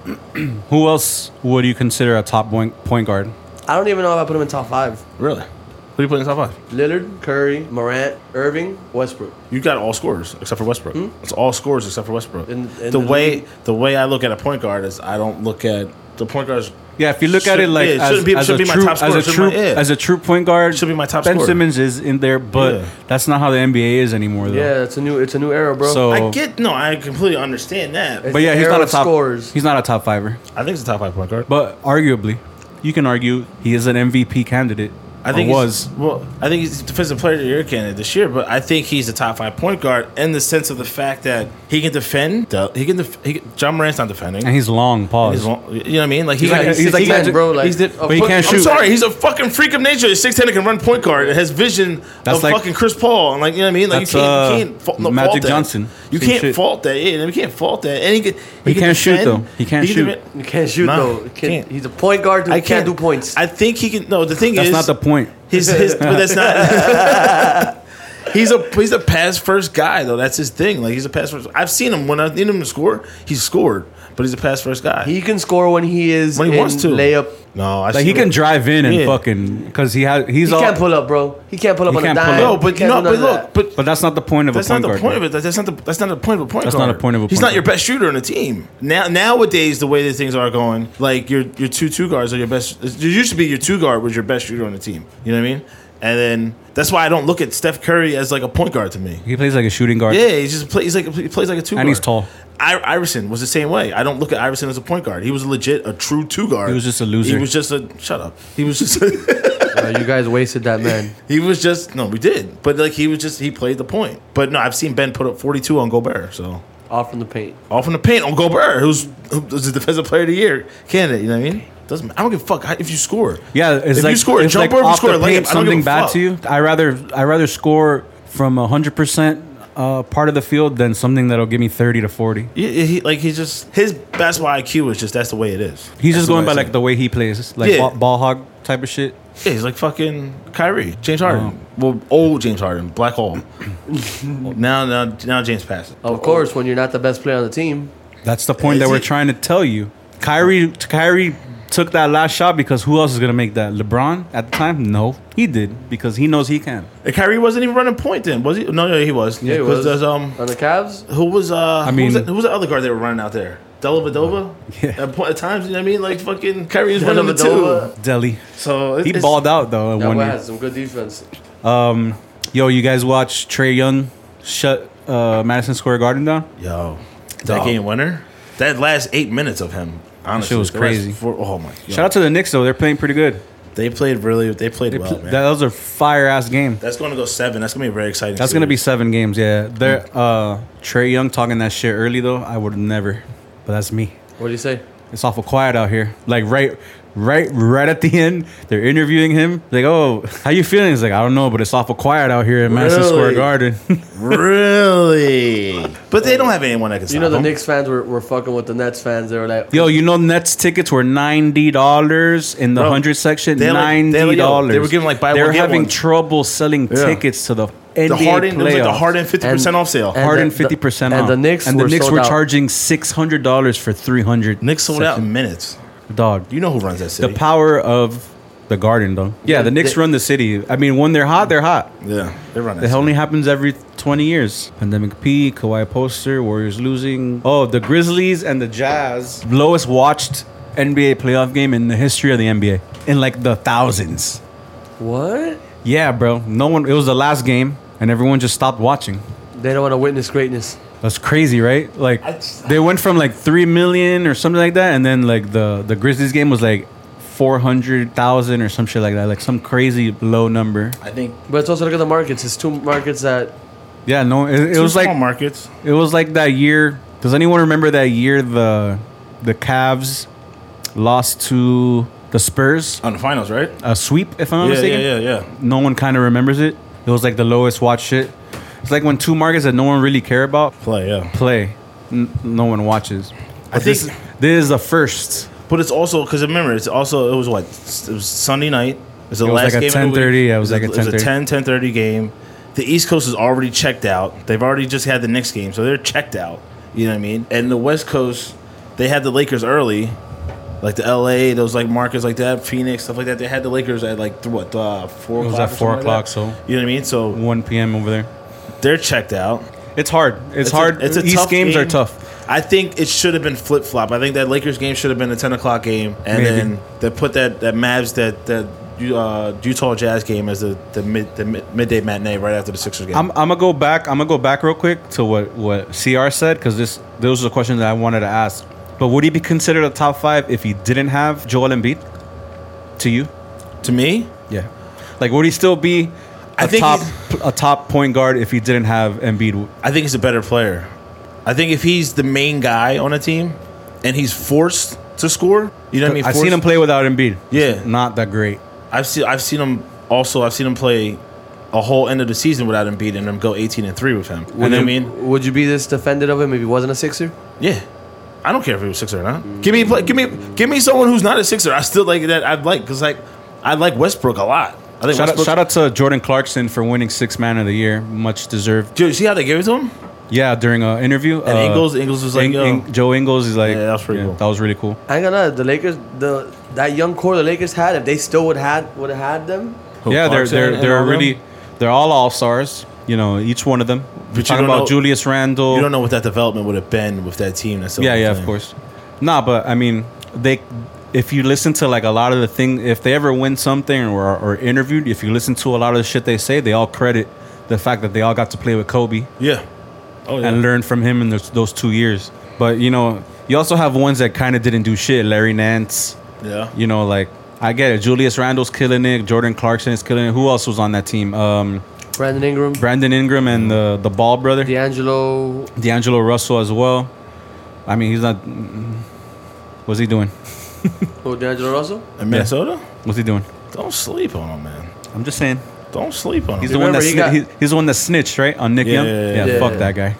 Speaker 2: Who else would you consider a top point point guard?
Speaker 1: I don't even know if I put him in top five.
Speaker 3: really. Who do you put in the top five?
Speaker 1: Lillard, Curry, Morant, Irving, Westbrook.
Speaker 3: You got all scores except for Westbrook. It's all scores except for Westbrook.
Speaker 1: Hmm? In- in
Speaker 3: the
Speaker 1: the
Speaker 3: way
Speaker 1: league?
Speaker 3: the way I look at a point guard is I don't look at the point guards.
Speaker 2: Yeah, if you look at
Speaker 3: Should-
Speaker 2: it like
Speaker 3: yeah, it
Speaker 2: as,
Speaker 3: shouldn't be-
Speaker 2: as, a
Speaker 3: shouldn't be my
Speaker 2: true,
Speaker 3: top
Speaker 2: as
Speaker 3: scorer.
Speaker 2: a
Speaker 3: Shouldn't
Speaker 2: true
Speaker 3: be my- yeah.
Speaker 2: as a true point guard,
Speaker 3: Should be my top
Speaker 2: Ben
Speaker 3: scorer.
Speaker 2: Simmons is in there, but
Speaker 3: Yeah.
Speaker 2: that's not how the NBA is anymore, though.
Speaker 1: Yeah, it's a new it's a new era, bro.
Speaker 2: So,
Speaker 3: I get no, I completely understand that.
Speaker 1: It's
Speaker 2: but yeah,
Speaker 1: the
Speaker 2: he's
Speaker 1: era
Speaker 2: not a
Speaker 1: of
Speaker 2: top.
Speaker 1: scorers.
Speaker 2: He's not a top fiver,
Speaker 3: I think it's a top five point guard.
Speaker 2: but arguably, you can argue he is an MVP candidate.
Speaker 3: I think
Speaker 2: or
Speaker 3: he's-
Speaker 2: was
Speaker 3: well. I think he's defensive player of the year candidate this year, but I think he's a top five point guard in the sense of the fact that he can defend. the- He can. Def, he can John Morant's not defending.
Speaker 2: and he's long. Pause.
Speaker 3: He's long- you know what I mean? Like
Speaker 2: He's like- he's like
Speaker 3: he can-
Speaker 2: magic-
Speaker 1: bro, like-
Speaker 3: he's the-
Speaker 1: But
Speaker 2: he can't
Speaker 3: I'm
Speaker 2: shoot.
Speaker 3: sorry, he's a fucking freak of nature. He's six ten and can run point guard. It has vision
Speaker 2: That's
Speaker 3: of
Speaker 2: like-
Speaker 3: fucking Chris Paul. And like you know what I mean? Like
Speaker 2: That's,
Speaker 3: you can't,
Speaker 2: uh,
Speaker 3: you can't fa- no,
Speaker 2: Magic
Speaker 3: fault that.
Speaker 2: Johnson.
Speaker 3: You
Speaker 2: Same
Speaker 3: can't
Speaker 2: shit.
Speaker 3: fault that. Yeah, you can't fault that. And he can.
Speaker 2: He
Speaker 3: can
Speaker 2: can't shoot,
Speaker 3: defend.
Speaker 2: though. He can't shoot.
Speaker 3: defend-
Speaker 1: you can't shoot
Speaker 3: Nah,
Speaker 1: though. You Can't,
Speaker 3: can't.
Speaker 1: He's a point guard who
Speaker 3: I
Speaker 1: can't, do points.
Speaker 3: I think he can. No, the thing
Speaker 2: That's
Speaker 3: is,
Speaker 2: not the point.
Speaker 3: His, his, but that's not. he's a he's a pass first guy though. That's his thing. Like he's a pass first. I've seen him when I've seen him score. He's scored, but he's a pass first guy.
Speaker 1: he can score when he is
Speaker 3: when he
Speaker 1: in
Speaker 3: wants to
Speaker 1: layup.
Speaker 3: No, I
Speaker 2: Like he
Speaker 3: see
Speaker 2: can
Speaker 3: what-
Speaker 2: drive in and
Speaker 3: Yeah.
Speaker 2: fucking because he has he's
Speaker 1: He
Speaker 2: all.
Speaker 1: can't pull up, bro. He can't pull up
Speaker 2: He
Speaker 1: on
Speaker 2: can't
Speaker 1: a
Speaker 2: pull
Speaker 1: dime.
Speaker 2: up.
Speaker 3: No,
Speaker 1: He
Speaker 3: but
Speaker 1: can't
Speaker 3: no,
Speaker 1: do none
Speaker 3: but
Speaker 1: of
Speaker 3: look,
Speaker 1: that.
Speaker 3: but
Speaker 2: but that's not the point of
Speaker 3: that's
Speaker 2: a point
Speaker 3: not the
Speaker 2: guard.
Speaker 3: point
Speaker 2: though.
Speaker 3: of it. That- That's not the that's not the point of a point
Speaker 2: That's
Speaker 3: guard.
Speaker 2: not a point of a
Speaker 3: He's
Speaker 2: point
Speaker 3: not your
Speaker 2: guard.
Speaker 3: best shooter on the team. Now nowadays, the way that things are going, like your your two two guards are your best. It used to be your two guard was your best shooter on the team. You know what I mean? And then that's why I don't look at Steph Curry as like a point guard to me.
Speaker 2: He plays like a shooting guard.
Speaker 3: Yeah, he just play, he's like he plays like a two guard.
Speaker 2: And he's tall.
Speaker 3: I, Iverson was the same way. I don't look at Iverson as a point guard. He was legit a true two guard.
Speaker 2: He was just a loser.
Speaker 3: He was just a shut up. He was just a,
Speaker 1: Uh, you guys wasted that man.
Speaker 3: he was just no, we did. But like he was just he played the point. But no, I've seen Ben put up 42 on Gobert. So
Speaker 1: Off from the paint.
Speaker 3: off in the paint on Gobert, who's who's the defensive player of the year candidate. You know what I mean? Doesn't I don't give a fuck if you score.
Speaker 2: Yeah, it's
Speaker 3: if
Speaker 2: like
Speaker 3: you score a
Speaker 2: it's
Speaker 3: jumper,
Speaker 2: like
Speaker 3: if you
Speaker 2: off
Speaker 3: score a
Speaker 2: the
Speaker 3: layup,
Speaker 2: paint,
Speaker 3: I don't
Speaker 2: something
Speaker 3: give a
Speaker 2: bad
Speaker 3: fuck.
Speaker 2: to you. I rather I rather score from hundred percent uh, part of the field than something that'll give me thirty to forty.
Speaker 3: Yeah, yeah, he, like he's just his basketball IQ is just that's the way it is.
Speaker 2: He's
Speaker 3: That's
Speaker 2: just going
Speaker 3: way
Speaker 2: by
Speaker 3: it's
Speaker 2: like the way he plays, like
Speaker 3: Yeah.
Speaker 2: ball, ball hog type of shit.
Speaker 3: yeah, he's like fucking Kyrie, James Harden.
Speaker 2: Um,
Speaker 3: well, old James Harden, black hole. now, now, now James passes.
Speaker 1: Of course, when you're not the best player on the team,
Speaker 2: That's the point that
Speaker 3: Is
Speaker 2: we're
Speaker 3: it-
Speaker 2: trying to tell you. Kyrie, Kyrie took that last shot because who else is gonna make that? LeBron at the time? No, he did because he knows he can.
Speaker 3: And Kyrie wasn't even running point then, was he? No, no, he was.
Speaker 1: yeah, it
Speaker 3: 'cause
Speaker 1: was
Speaker 3: there's, um,
Speaker 1: on the Cavs.
Speaker 3: who was uh? I
Speaker 2: mean-
Speaker 3: who was, that, who was the other guard they were running out there? Dellavedova.
Speaker 2: Yeah.
Speaker 3: At, point, at times, you know what I mean? Like fucking Kyrie is running the two.
Speaker 1: Dellavedova.
Speaker 2: Delhi.
Speaker 3: So
Speaker 2: He balled out though. At
Speaker 1: That
Speaker 2: one
Speaker 1: boy
Speaker 2: year.
Speaker 1: has some good defense.
Speaker 2: Um, yo, you guys watch Trey Young shut uh, Madison Square Garden down?
Speaker 3: Yo, that
Speaker 2: Dog.
Speaker 3: game winner. That last eight minutes of him, honestly,
Speaker 2: shit was
Speaker 3: the last
Speaker 2: crazy.
Speaker 3: Four, oh my! God.
Speaker 2: Shout out to the Knicks though; they're playing pretty good.
Speaker 3: They played really. They played
Speaker 2: They
Speaker 3: well,
Speaker 2: pl-
Speaker 3: man.
Speaker 2: that was a fire ass game.
Speaker 3: That's going to go seven. That's going to be very exciting.
Speaker 2: That's gonna be seven games. Yeah, they're
Speaker 3: Mm.
Speaker 2: uh, Trey Young talking that shit early though. I would never, but that's me.
Speaker 1: What do you say?
Speaker 2: It's awful quiet out here. Like right, right, right at the end, they're interviewing him. Like, oh, how you feeling? He's like, I don't know, but it's awful quiet out here in Madison Square
Speaker 3: Really?
Speaker 2: Garden.
Speaker 3: really. But they don't have anyone that can.
Speaker 1: You
Speaker 3: stop
Speaker 1: know the
Speaker 3: them.
Speaker 1: Knicks fans were, were fucking with the Nets fans. They were like,
Speaker 2: Yo, you know Nets tickets were ninety dollars in the
Speaker 3: Bro,
Speaker 2: hundred section.
Speaker 3: they like-
Speaker 2: Ninety
Speaker 3: they like- yo,
Speaker 2: dollars.
Speaker 3: they were giving, like, buy
Speaker 2: They
Speaker 3: one,
Speaker 2: were
Speaker 3: get
Speaker 2: having
Speaker 3: one.
Speaker 2: trouble selling tickets to the NBA
Speaker 3: the Harden. It was like the
Speaker 2: playoffs.
Speaker 3: Harden fifty percent off sale.
Speaker 1: and-
Speaker 2: Harden
Speaker 1: the- the-
Speaker 2: fifty percent
Speaker 1: and the Knicks
Speaker 2: and the
Speaker 1: were
Speaker 2: Knicks
Speaker 1: sold
Speaker 2: were
Speaker 1: out.
Speaker 2: charging six hundred dollars for three hundred.
Speaker 3: Knicks sold out in minutes.
Speaker 2: dog.
Speaker 3: You know who runs that
Speaker 2: The
Speaker 3: city?
Speaker 2: power of the Garden, though. Yeah, the Knicks
Speaker 1: they-
Speaker 2: run the city. I mean, when they're hot, they're hot.
Speaker 3: yeah, they run that.
Speaker 2: That
Speaker 3: city.
Speaker 2: only happens every 20 years. Pandemic P, Kawhi poster, Warriors losing. Oh, the Grizzlies and the Jazz. Lowest watched NBA playoff game in the history of the NBA in like the thousands.
Speaker 1: what?
Speaker 2: Yeah, bro. No one, it was the last game and everyone just stopped watching.
Speaker 1: They don't want to witness greatness.
Speaker 2: That's crazy, right? Like they went from like 3 million or something like that and then like the the Grizzlies game was like 400,000 or some shit like that. Like some crazy low number.
Speaker 3: I think
Speaker 1: But it's also look at the markets. It's two markets that
Speaker 2: Yeah, no it, it was like
Speaker 3: markets.
Speaker 2: It was like that year. Does anyone remember that year the the Cavs lost to the Spurs?
Speaker 3: on the finals, right?
Speaker 2: A sweep, if I'm not
Speaker 3: Yeah, yeah,
Speaker 2: mistaken.
Speaker 3: yeah, yeah.
Speaker 2: No one kind of remembers it. It was like the lowest watch shit. It's like when two markets that no one really care about
Speaker 3: Play, yeah.
Speaker 2: play, n- no one watches.
Speaker 3: I
Speaker 2: But this
Speaker 3: think-
Speaker 2: this is the first.
Speaker 3: But it's also because remember, it's also it was what it was Sunday night. It was the
Speaker 2: It was
Speaker 3: last
Speaker 2: like a
Speaker 3: game. of the week.
Speaker 2: 10:30, yeah, it was like a
Speaker 3: It was a 10
Speaker 2: 10:30.
Speaker 3: 10:30 game. The East Coast is already checked out. They've already just had the next game, so they're checked out. You know what I mean? And the West Coast, they had the Lakers early, like the L.A. Those like markets like that, Phoenix stuff like that. They had the Lakers at like th- what uh, four.
Speaker 2: It was
Speaker 3: o'clock
Speaker 2: at 4
Speaker 3: or something like
Speaker 2: o'clock,
Speaker 3: that.
Speaker 2: so-
Speaker 3: you know what I mean. So
Speaker 2: 1 p.m. over there.
Speaker 3: they're checked out.
Speaker 2: It's hard. It's,
Speaker 3: a-
Speaker 2: hard.
Speaker 3: it's a
Speaker 2: East
Speaker 3: tough
Speaker 2: games are
Speaker 3: game.
Speaker 2: tough.
Speaker 3: I think it should have been flip flop. I think that Lakers game should have been a ten o'clock game, and
Speaker 2: Maybe.
Speaker 3: then they put that that Mavs that that uh, Utah Jazz game as the the, mid, the mid, midday matinee right after the Sixers game.
Speaker 2: I'm, I'm gonna go back. I'm gonna go back real quick to what what CR said because this those are the questions that I wanted to ask. But would he be considered a top five if he didn't have Joel Embiid? To you,
Speaker 3: to me,
Speaker 2: yeah. Like would he still be
Speaker 3: I
Speaker 2: a
Speaker 3: think
Speaker 2: top a top point guard if he didn't have Embiid?
Speaker 3: I think he's a better player. I think if he's the main guy on a team, and he's forced to score, you know what I mean.
Speaker 2: I've
Speaker 3: Forced-
Speaker 2: seen him play without Embiid.
Speaker 3: Yeah.
Speaker 2: not that great.
Speaker 3: I've seen I've seen him also. I've seen him play a whole end of the season without Embiid, and him go eighteen and three with him. You know what I mean?
Speaker 1: would you be this defended of him if he wasn't a Sixer?
Speaker 3: Yeah. I don't care if he was six or not. Give me, play, give me, give me someone who's not a sixer. I still like that. I'd like because like I like Westbrook a lot. I think
Speaker 2: Shout out,
Speaker 3: Westbrook.
Speaker 2: shout out to Jordan Clarkson for winning six man of the year, much deserved.
Speaker 3: Dude, see how they gave it to him?
Speaker 2: Yeah, during an interview.
Speaker 3: And
Speaker 2: uh,
Speaker 3: Ingles, Ingles was like,
Speaker 2: Ing-
Speaker 3: yo,
Speaker 2: Ing- Joe Ingles is like,
Speaker 3: Yeah, that was pretty cool.
Speaker 2: That was really cool.
Speaker 1: I ain't gonna lie, the Lakers, the that young core the Lakers had, if they still would had would have had them,
Speaker 3: who,
Speaker 2: yeah, they're
Speaker 3: Clarkson
Speaker 2: they're
Speaker 3: and
Speaker 2: they're
Speaker 3: all them?
Speaker 2: really they're all all stars. You know, each one of them. We're
Speaker 3: you
Speaker 2: talking
Speaker 3: don't
Speaker 2: about
Speaker 3: know-
Speaker 2: Julius Randle.
Speaker 3: You don't know what that development would have been with that team. That's the
Speaker 2: Yeah,
Speaker 3: only
Speaker 2: yeah,
Speaker 3: thing.
Speaker 2: of course. Nah, but I mean, they if you listen to like a lot of the thing, if they ever win something or or interviewed, if you listen to a lot of the shit they say, they all credit the fact that they all got to play with Kobe
Speaker 3: Yeah. Oh yeah.
Speaker 2: and learn from him in those, those two years. But you know, you also have ones that kind of didn't do shit. Larry Nance,
Speaker 3: yeah.
Speaker 2: you know, like I get it. Julius Randle's killing it. Jordan Clarkson is killing it. Who else was on that team? Um,
Speaker 1: Brandon Ingram,
Speaker 2: Brandon Ingram and the the Ball brother.
Speaker 1: D'Angelo.
Speaker 2: D'Angelo Russell as well. I mean, he's not. What's he doing?
Speaker 1: Oh, D'Angelo Russell.
Speaker 3: And Minnesota?
Speaker 2: What's he doing?
Speaker 3: Don't sleep on him, man.
Speaker 2: I'm just saying.
Speaker 3: Don't sleep on
Speaker 2: He's
Speaker 3: him.
Speaker 2: the one
Speaker 1: Remember,
Speaker 2: that
Speaker 1: he
Speaker 2: sni-
Speaker 1: got-
Speaker 2: he- he's the one that snitched right on Nick
Speaker 3: Yeah,
Speaker 2: Young.
Speaker 3: yeah, yeah,
Speaker 2: Yeah,
Speaker 1: yeah.
Speaker 2: fuck
Speaker 1: Yeah.
Speaker 2: that guy.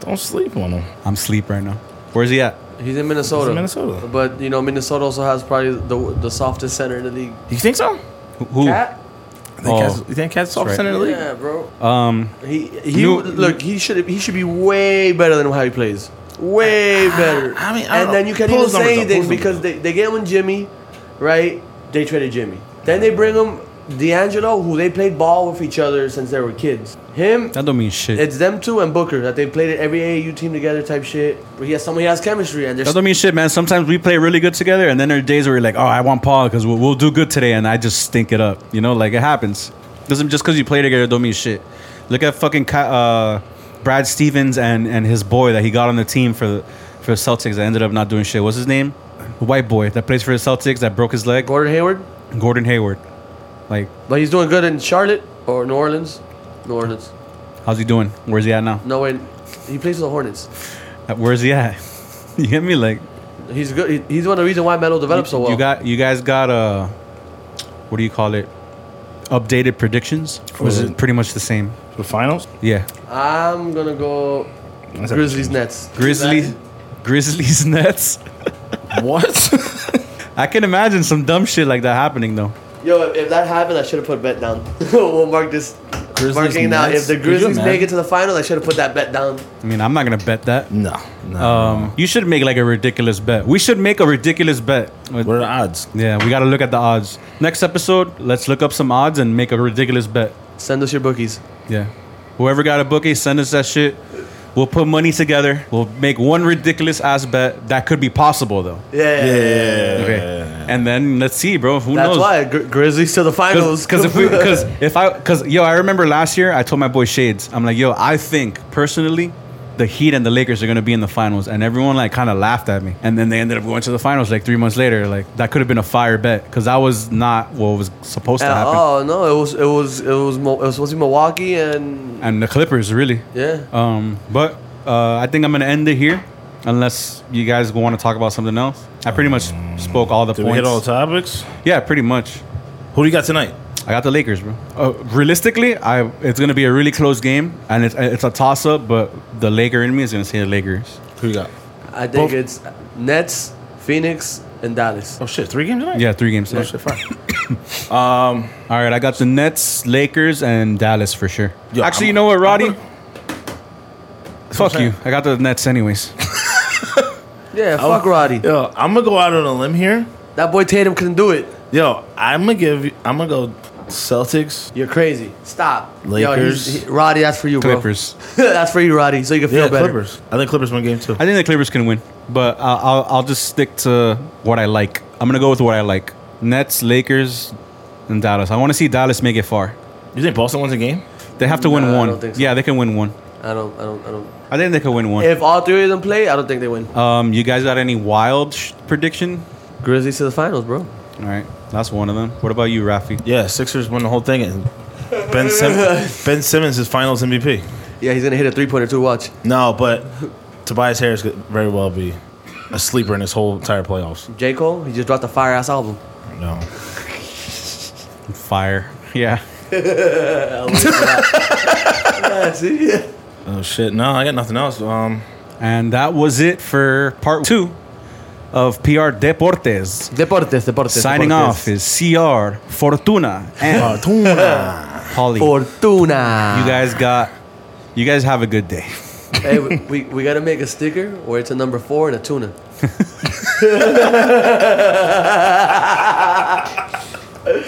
Speaker 3: Don't sleep on him.
Speaker 2: I'm sleep right now. Where's he at?
Speaker 1: He's in Minnesota.
Speaker 3: He's in Minnesota.
Speaker 1: But you know, Minnesota also has probably the the softest center in the league.
Speaker 3: You think so?
Speaker 2: Who- Who?
Speaker 1: Cat?
Speaker 3: You think
Speaker 2: Oh.
Speaker 3: Cat's- you think Cat's soft
Speaker 2: right.
Speaker 3: center in the league?
Speaker 1: Yeah, bro.
Speaker 2: Um,
Speaker 1: He he
Speaker 2: New-
Speaker 1: look. He should he should be way better than how he plays. Way better.
Speaker 3: I mean, I don't
Speaker 1: and then
Speaker 3: know.
Speaker 1: you can't
Speaker 3: Pull
Speaker 1: even
Speaker 3: his numbers
Speaker 1: say
Speaker 3: up, pull
Speaker 1: anything
Speaker 3: his
Speaker 1: because they, they get him Jimmy, right? They traded Jimmy. Then they bring him D'Angelo, who they played ball with each other since they were kids. Him,
Speaker 2: that don't mean shit.
Speaker 1: it's them two and Booker that they played at every AAU team together type shit. But he has someone he has chemistry and
Speaker 2: that
Speaker 1: there's
Speaker 2: don't mean shit, man. Sometimes we play really good together, and then there are days where you're like, "Oh, I want Paul because we'll, we'll do good today," and I just stink it up. You know, like it happens. Doesn't just because you play together don't mean shit. Look at fucking Ki- uh, Brad Stevens and and his boy that he got on the team for the for the Celtics that ended up not doing shit. What's his name? The white boy that plays for the Celtics that broke his leg.
Speaker 1: Gordon Hayward,
Speaker 2: Gordon Hayward. Like,
Speaker 1: but he's doing good in Charlotte or New Orleans. New Orleans.
Speaker 2: how's he doing? Where's he at now?
Speaker 1: No way. He plays for the Hornets.
Speaker 2: Where's he at? you get me? Like,
Speaker 1: He's good. he- He's one of the reasons why Melo developed so well.
Speaker 2: you got you guys got uh what do you call it? Updated predictions? Or
Speaker 3: Was
Speaker 2: is it
Speaker 3: it-
Speaker 2: pretty much the same?
Speaker 3: The finals?
Speaker 2: Yeah.
Speaker 1: I'm gonna go
Speaker 3: That's
Speaker 1: Grizzlies Nets.
Speaker 2: Grizzlies Grizzlies Nets.
Speaker 3: What?
Speaker 2: I can imagine some dumb shit like that happening though.
Speaker 1: Yo, if, if that happened, I should have put bet down. we'll mark this.
Speaker 2: Grizzlies
Speaker 1: marking now.
Speaker 2: Nets?
Speaker 1: If the
Speaker 2: Could you
Speaker 1: Grizzlies make
Speaker 2: imagine?
Speaker 1: it to the final, I should have put that bet down.
Speaker 2: I mean, I'm not going to bet that.
Speaker 3: no. No.
Speaker 2: Um, you should make like a ridiculous bet. We should make a ridiculous bet.
Speaker 3: what are the odds?
Speaker 2: Yeah, we got to look at the odds. Next episode, let's look up some odds and make a ridiculous bet.
Speaker 1: Send us your bookies.
Speaker 2: Yeah. Whoever got a bookie, send us that shit. We'll put money together. We'll make one ridiculous ass bet that could be possible though.
Speaker 1: Yeah.
Speaker 3: Yeah.
Speaker 2: Okay. And then let's see, bro. Who
Speaker 1: That's
Speaker 2: knows?
Speaker 1: why Gri- Grizzlies to the finals.
Speaker 2: Because if we, because if I, because yo, I remember last year I told my boy Shades, I'm like, yo, I think personally, the Heat and the Lakers are gonna be in the finals, and everyone like kind of laughed at me, and then they ended up going to the finals like three months later. Like that could have been a fire bet because that was not what was supposed to
Speaker 1: Yeah,
Speaker 2: happen.
Speaker 1: oh no, it was it was it was Mo- it was supposed to be Milwaukee and
Speaker 2: And the Clippers, really.
Speaker 1: yeah.
Speaker 2: Um, but uh, I think I'm gonna end it here, unless you guys want to talk about something else. I pretty much spoke all the
Speaker 3: Did Um, we
Speaker 2: points.
Speaker 3: hit all the topics?
Speaker 2: yeah, pretty much.
Speaker 3: Who do you got tonight?
Speaker 2: I got the Lakers, bro. Uh, realistically, I it's gonna be a really close game, and it's it's a toss up. But the Laker in me is gonna say the Lakers.
Speaker 3: Who you got?
Speaker 1: I think
Speaker 3: both-
Speaker 1: it's Nets, Phoenix, and Dallas.
Speaker 3: Oh shit, three games tonight?
Speaker 2: Yeah, three games.
Speaker 3: Oh
Speaker 2: left.
Speaker 3: shit, fine.
Speaker 2: All right, I got the Nets, Lakers, and Dallas for sure.
Speaker 3: Yo,
Speaker 2: Actually,
Speaker 3: I'm-
Speaker 2: you know what,
Speaker 3: I'm
Speaker 2: Roddy?
Speaker 3: gonna-
Speaker 2: Fuck
Speaker 3: I'm
Speaker 2: you. I got the Nets anyways.
Speaker 1: Yeah, fuck Roddy.
Speaker 3: Yo, I'm gonna go out on a limb here.
Speaker 1: That boy Tatum couldn't do it.
Speaker 3: Yo, I'm gonna give. you- I'm gonna go Celtics.
Speaker 1: You're crazy. Stop. Yo, he's-
Speaker 3: Lakers.
Speaker 1: he- Roddy, that's for you, bro.
Speaker 2: Clippers.
Speaker 1: that's for you, Roddy, so you can feel
Speaker 3: Yeah,
Speaker 1: better.
Speaker 3: Clippers. I think Clippers won game two.
Speaker 2: I think the Clippers can win, but I'll, I'll I'll just stick to what I like. I'm gonna go with what I like: Nets, Lakers, and Dallas. I want to see Dallas make it far.
Speaker 3: You think Boston wins a game?
Speaker 2: They have to win
Speaker 1: Nah, I
Speaker 2: one.
Speaker 1: don't think so.
Speaker 2: Yeah, they can win one.
Speaker 1: I don't, I don't, I don't.
Speaker 2: I think they can win one.
Speaker 1: If all three of them play, I don't think they win.
Speaker 2: Um, you guys got any wild sh- prediction?
Speaker 1: Grizzlies to the finals, bro.
Speaker 2: All right, that's one of them. What about you, Rafi?
Speaker 3: Yeah, Sixers win the whole thing, and Ben Sim- Ben Simmons is Finals MVP.
Speaker 1: Yeah, he's gonna hit a three pointer too. Watch.
Speaker 3: No, but Tobias Harris could very well be a sleeper in this whole entire playoffs.
Speaker 1: J Cole, he just dropped a fire ass album.
Speaker 3: No,
Speaker 2: Fire. Yeah.
Speaker 1: Yeah, Ah, see, yeah.
Speaker 3: oh shit, no, I got nothing else. Um,
Speaker 2: And that was it for part two of PR Deportes.
Speaker 1: Deportes, deportes.
Speaker 2: Signing
Speaker 1: deportes.
Speaker 2: off is CR Fortuna and Holly. You
Speaker 1: Fortuna.
Speaker 2: guys got. You guys have a good day.
Speaker 1: hey, we, we, we gotta make a sticker where it's a number four and a tuna.